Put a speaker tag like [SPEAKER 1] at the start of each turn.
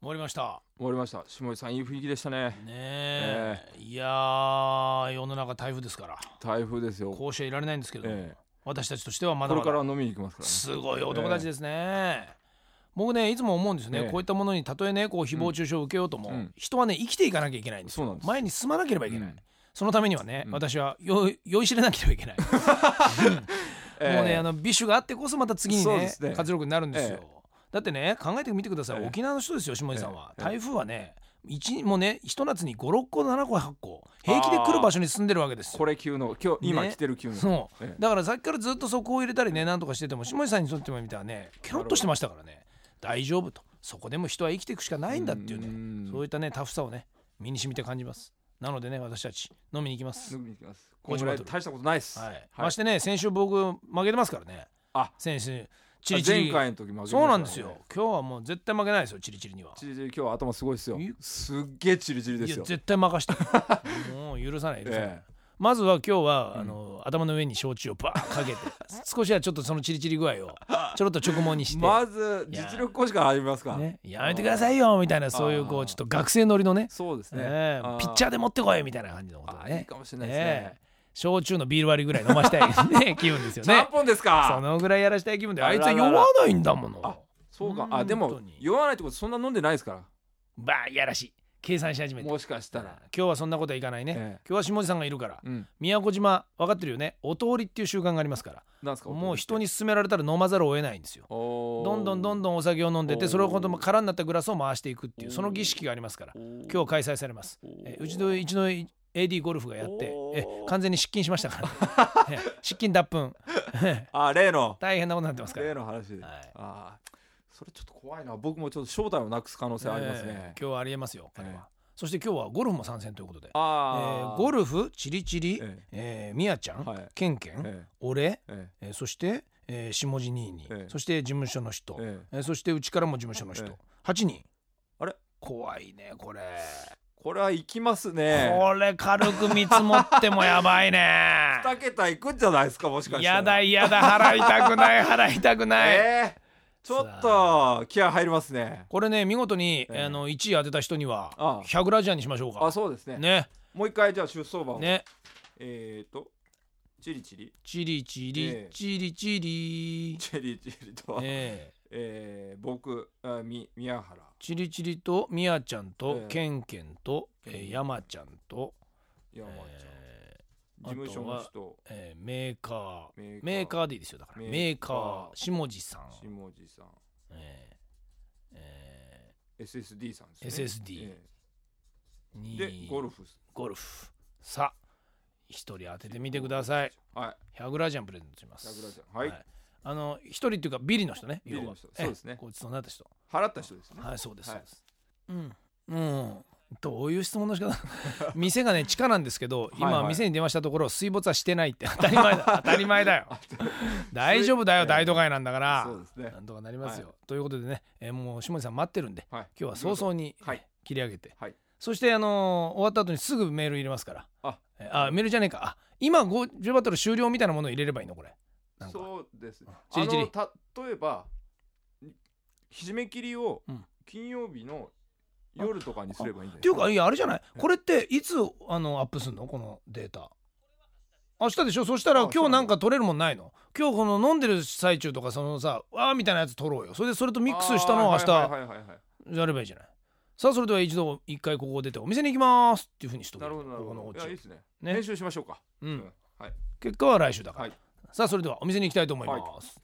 [SPEAKER 1] 終わりました
[SPEAKER 2] 終わりました下井さんいい雰囲気でしたね
[SPEAKER 1] ねえ、いやー世の中台風ですから
[SPEAKER 2] 台風ですよ、
[SPEAKER 1] こうしちゃいられないんですけど、
[SPEAKER 2] ええ
[SPEAKER 1] 私たちとしてはまだ
[SPEAKER 2] こ
[SPEAKER 1] ま
[SPEAKER 2] れか
[SPEAKER 1] だ
[SPEAKER 2] ら飲みに行きますからね
[SPEAKER 1] すごい男たちですね、僕ねいつも思うんですよね、
[SPEAKER 2] ええ
[SPEAKER 1] こういったものにたとえねこう誹謗中傷を受けようとも、
[SPEAKER 2] うん
[SPEAKER 1] 人はね生きていかなきゃいけないんです
[SPEAKER 2] そう
[SPEAKER 1] よ
[SPEAKER 2] なんです
[SPEAKER 1] 前に進まなければいけない、
[SPEAKER 2] うん
[SPEAKER 1] そのためにはね、
[SPEAKER 2] うん
[SPEAKER 1] 私はよ酔いしれなければいけない
[SPEAKER 2] ええ
[SPEAKER 1] もうねあの美酒があってこそまた次に
[SPEAKER 2] そうで
[SPEAKER 1] ね
[SPEAKER 2] すね
[SPEAKER 1] 活力になるんですよ、
[SPEAKER 2] え
[SPEAKER 1] だってね考えてみてください、
[SPEAKER 2] ええ
[SPEAKER 1] 沖縄の人ですよ下地さんは、
[SPEAKER 2] ええ
[SPEAKER 1] 台風はね一もうね一夏に56個7個8個平気で来る場所に住んでるわけですよ
[SPEAKER 2] これ級の今日今
[SPEAKER 1] ね
[SPEAKER 2] 来てる級の、
[SPEAKER 1] そう、
[SPEAKER 2] ええ
[SPEAKER 1] だからさっきからずっとそこを入れたりねなんとかしてても下地さんにとっても見たらねケロッとしてましたからね大丈夫とそこでも人は生きていくしかないんだっていうね
[SPEAKER 2] ん
[SPEAKER 1] そういったねタフさをね身に染みて感じますなのでね私たち飲みに行きます、
[SPEAKER 2] 飲みに行きます
[SPEAKER 1] ゴ
[SPEAKER 2] こ
[SPEAKER 1] チ
[SPEAKER 2] れ
[SPEAKER 1] バ
[SPEAKER 2] ら
[SPEAKER 1] トル
[SPEAKER 2] 大したことないです、
[SPEAKER 1] はい
[SPEAKER 2] はい
[SPEAKER 1] ましてね先週僕負けてますからね
[SPEAKER 2] あ
[SPEAKER 1] 先週チリチリ
[SPEAKER 2] 前回の時負けました
[SPEAKER 1] そうなんですよ
[SPEAKER 2] ね。
[SPEAKER 1] 今日はもう絶対負けないですよ、チリチリには。
[SPEAKER 2] チリチリ今日は頭すごいですよ
[SPEAKER 1] い
[SPEAKER 2] すっげえチリチリで
[SPEAKER 1] い
[SPEAKER 2] す
[SPEAKER 1] や、
[SPEAKER 2] よ
[SPEAKER 1] 絶対任 して。もう許さない、許さない。
[SPEAKER 2] え
[SPEAKER 1] まずは今日は、あの頭の上に焼酎をバーッか けて少しはちょっとそのチリチリ具合をちょろっと直問に
[SPEAKER 2] え
[SPEAKER 1] して、
[SPEAKER 2] まず実力行使から始めますか、
[SPEAKER 1] ね、やめてくださいよみたいなそういうこうちょっと学生乗りのね
[SPEAKER 2] そうですね、
[SPEAKER 1] ねピッチャーで持ってこいみたいな感じのことを
[SPEAKER 2] あいい
[SPEAKER 1] ね
[SPEAKER 2] かもしれないですね
[SPEAKER 1] え焼酎のビール割りぐらい飲ましたい、 ね、気分ですよ
[SPEAKER 2] ちゃん
[SPEAKER 1] ね
[SPEAKER 2] ぽんです
[SPEAKER 1] そ
[SPEAKER 2] か
[SPEAKER 1] のぐらいやらしたい気分であいつは
[SPEAKER 2] あら
[SPEAKER 1] 酔
[SPEAKER 2] らら
[SPEAKER 1] わないんだもの
[SPEAKER 2] あそうか
[SPEAKER 1] う
[SPEAKER 2] あ
[SPEAKER 1] ん
[SPEAKER 2] で
[SPEAKER 1] 本
[SPEAKER 2] も
[SPEAKER 1] 当に
[SPEAKER 2] 酔わないってことそんな飲んでないですか
[SPEAKER 1] ばあやらしい計算し始め
[SPEAKER 2] ら
[SPEAKER 1] て
[SPEAKER 2] もしかしたら、
[SPEAKER 1] 今日はそんなことはいかないね、
[SPEAKER 2] ええ
[SPEAKER 1] 今日は下地さんがいるから
[SPEAKER 2] うん
[SPEAKER 1] 宮古島分かってるよねお通りっていう習慣がありますから
[SPEAKER 2] なんですか
[SPEAKER 1] もう人に勧められたら飲まざるを得ないんですよど
[SPEAKER 2] ど
[SPEAKER 1] んどんどん
[SPEAKER 2] ど
[SPEAKER 1] どんお酒を飲んでて
[SPEAKER 2] おー
[SPEAKER 1] それを今度も空になったグラスを回していくっていう
[SPEAKER 2] おー
[SPEAKER 1] その儀式がありますから
[SPEAKER 2] ん
[SPEAKER 1] 今日開催されます
[SPEAKER 2] おー
[SPEAKER 1] えうちのうちの AD ゴルフがやって
[SPEAKER 2] おー
[SPEAKER 1] え完全に失禁しました から、ね、え失禁脱粉
[SPEAKER 2] あ例の
[SPEAKER 1] 大変なことになってますから
[SPEAKER 2] 例の話で、
[SPEAKER 1] はい
[SPEAKER 2] あーそれちょっと怖いな僕もちょっと正体をなくす可能性ありますね
[SPEAKER 1] え、ー今日はありえますよこれは、
[SPEAKER 2] ええ
[SPEAKER 1] そして今日はゴルフも参戦ということで、え
[SPEAKER 2] あ
[SPEAKER 1] ー、
[SPEAKER 2] あ
[SPEAKER 1] ゴルフチリチリ、え
[SPEAKER 2] え
[SPEAKER 1] ーみやちゃん、
[SPEAKER 2] はい
[SPEAKER 1] けんけん、
[SPEAKER 2] え
[SPEAKER 1] 俺
[SPEAKER 2] ええ
[SPEAKER 1] えーそして、えー下地に
[SPEAKER 2] ええ
[SPEAKER 1] そして事務所の人、
[SPEAKER 2] え
[SPEAKER 1] え
[SPEAKER 2] ええ
[SPEAKER 1] ーそしてうちからも事務所の人、
[SPEAKER 2] ええ
[SPEAKER 1] 8人
[SPEAKER 2] あれ
[SPEAKER 1] 怖いねこれ、
[SPEAKER 2] これは行きますね
[SPEAKER 1] これ軽く見積もってもやばいね
[SPEAKER 2] 二桁行くんじゃないですかもしかしたら
[SPEAKER 1] やだやだ払いたく ない払いたくない、
[SPEAKER 2] えーちょっと気合入りますね
[SPEAKER 1] これね見事に、
[SPEAKER 2] ええ
[SPEAKER 1] あの1位当てた人には
[SPEAKER 2] ああ
[SPEAKER 1] 100ラジアンにしましょうか
[SPEAKER 2] あそうですね
[SPEAKER 1] ね
[SPEAKER 2] もう一回じゃあ出走馬を、
[SPEAKER 1] ね
[SPEAKER 2] えーとチリチリ
[SPEAKER 1] チリチリ、
[SPEAKER 2] ええ
[SPEAKER 1] チリチリ
[SPEAKER 2] チリチリと、
[SPEAKER 1] え
[SPEAKER 2] え
[SPEAKER 1] え
[SPEAKER 2] ー僕あみ宮原
[SPEAKER 1] チリチリとみやちゃんと、
[SPEAKER 2] ええ
[SPEAKER 1] けんけんと、えー、山ちゃんと、
[SPEAKER 2] 山ちゃん、
[SPEAKER 1] えー
[SPEAKER 2] 事務所の人
[SPEAKER 1] えーメーカ
[SPEAKER 2] メ
[SPEAKER 1] ー
[SPEAKER 2] ー
[SPEAKER 1] メーカーでいいですよだからメ
[SPEAKER 2] メ
[SPEAKER 1] ー
[SPEAKER 2] ー
[SPEAKER 1] カ
[SPEAKER 2] カ
[SPEAKER 1] ー
[SPEAKER 2] ー
[SPEAKER 1] 下地さん、
[SPEAKER 2] 下地さん
[SPEAKER 1] えーえ
[SPEAKER 2] SSD さんですね
[SPEAKER 1] SSD
[SPEAKER 2] え
[SPEAKER 1] ー
[SPEAKER 2] え
[SPEAKER 1] に
[SPEAKER 2] でゴルフ
[SPEAKER 1] ゴルフさあ一人当ててみてください
[SPEAKER 2] はい
[SPEAKER 1] 100ラジアンプレゼントします
[SPEAKER 2] 100ラジアンはい
[SPEAKER 1] あの一人っていうかビリの人ね
[SPEAKER 2] ビリの
[SPEAKER 1] 要
[SPEAKER 2] 人
[SPEAKER 1] はええ
[SPEAKER 2] そうですね
[SPEAKER 1] ごちそうになった人
[SPEAKER 2] 払った人ですね
[SPEAKER 1] はいそうです、
[SPEAKER 2] はい
[SPEAKER 1] そうですうんうんどういう質問の仕方 店がね地下なんですけど今、
[SPEAKER 2] はいはい
[SPEAKER 1] 店に電話したところ水没はしてないって当たり前だ当たり前だよ大丈夫だよ
[SPEAKER 2] ええ
[SPEAKER 1] 大都会なんだから
[SPEAKER 2] そうですね
[SPEAKER 1] なんとかなりますよ、
[SPEAKER 2] は
[SPEAKER 1] ということでね、えーもう下地さん待ってるんで
[SPEAKER 2] はい
[SPEAKER 1] 今日は早々に、
[SPEAKER 2] はい
[SPEAKER 1] 切り上げて、
[SPEAKER 2] はい
[SPEAKER 1] そしてあのー終わった後にすぐメール入れますから
[SPEAKER 2] あ
[SPEAKER 1] えーあメールじゃねえかあ今50バトル終了みたいなものを入れればいいのこれなんか
[SPEAKER 2] そうですね
[SPEAKER 1] チ
[SPEAKER 2] あ
[SPEAKER 1] リチリ
[SPEAKER 2] の例えばひ締め切りを
[SPEAKER 1] うん
[SPEAKER 2] 金曜日の夜とかにすればいいん
[SPEAKER 1] っ
[SPEAKER 2] じゃな
[SPEAKER 1] て
[SPEAKER 2] い
[SPEAKER 1] い
[SPEAKER 2] で
[SPEAKER 1] う
[SPEAKER 2] すか
[SPEAKER 1] かいやあれじゃないこれっていつあのアップすんのこのデータ明日でしょそしたら
[SPEAKER 2] あ
[SPEAKER 1] 今日なんか取れるもんないの今日この飲んでる最中とかそのさわーみたいなやつ取ろうよそれでそれとミックスしたのを明
[SPEAKER 2] あー
[SPEAKER 1] 日
[SPEAKER 2] はいはいはいはいはい
[SPEAKER 1] やればいいじゃないさあそれでは一度一回ここを出てお店に行きますっていうふうにしとく
[SPEAKER 2] なるほどなる
[SPEAKER 1] ここの
[SPEAKER 2] ほ
[SPEAKER 1] お
[SPEAKER 2] どいやいい
[SPEAKER 1] 家
[SPEAKER 2] ですね
[SPEAKER 1] ね
[SPEAKER 2] 練習しましょうか
[SPEAKER 1] う
[SPEAKER 2] うんんはい
[SPEAKER 1] 結果は来週だから、
[SPEAKER 2] はい
[SPEAKER 1] さあそれではお店に行きたいと思います、
[SPEAKER 2] は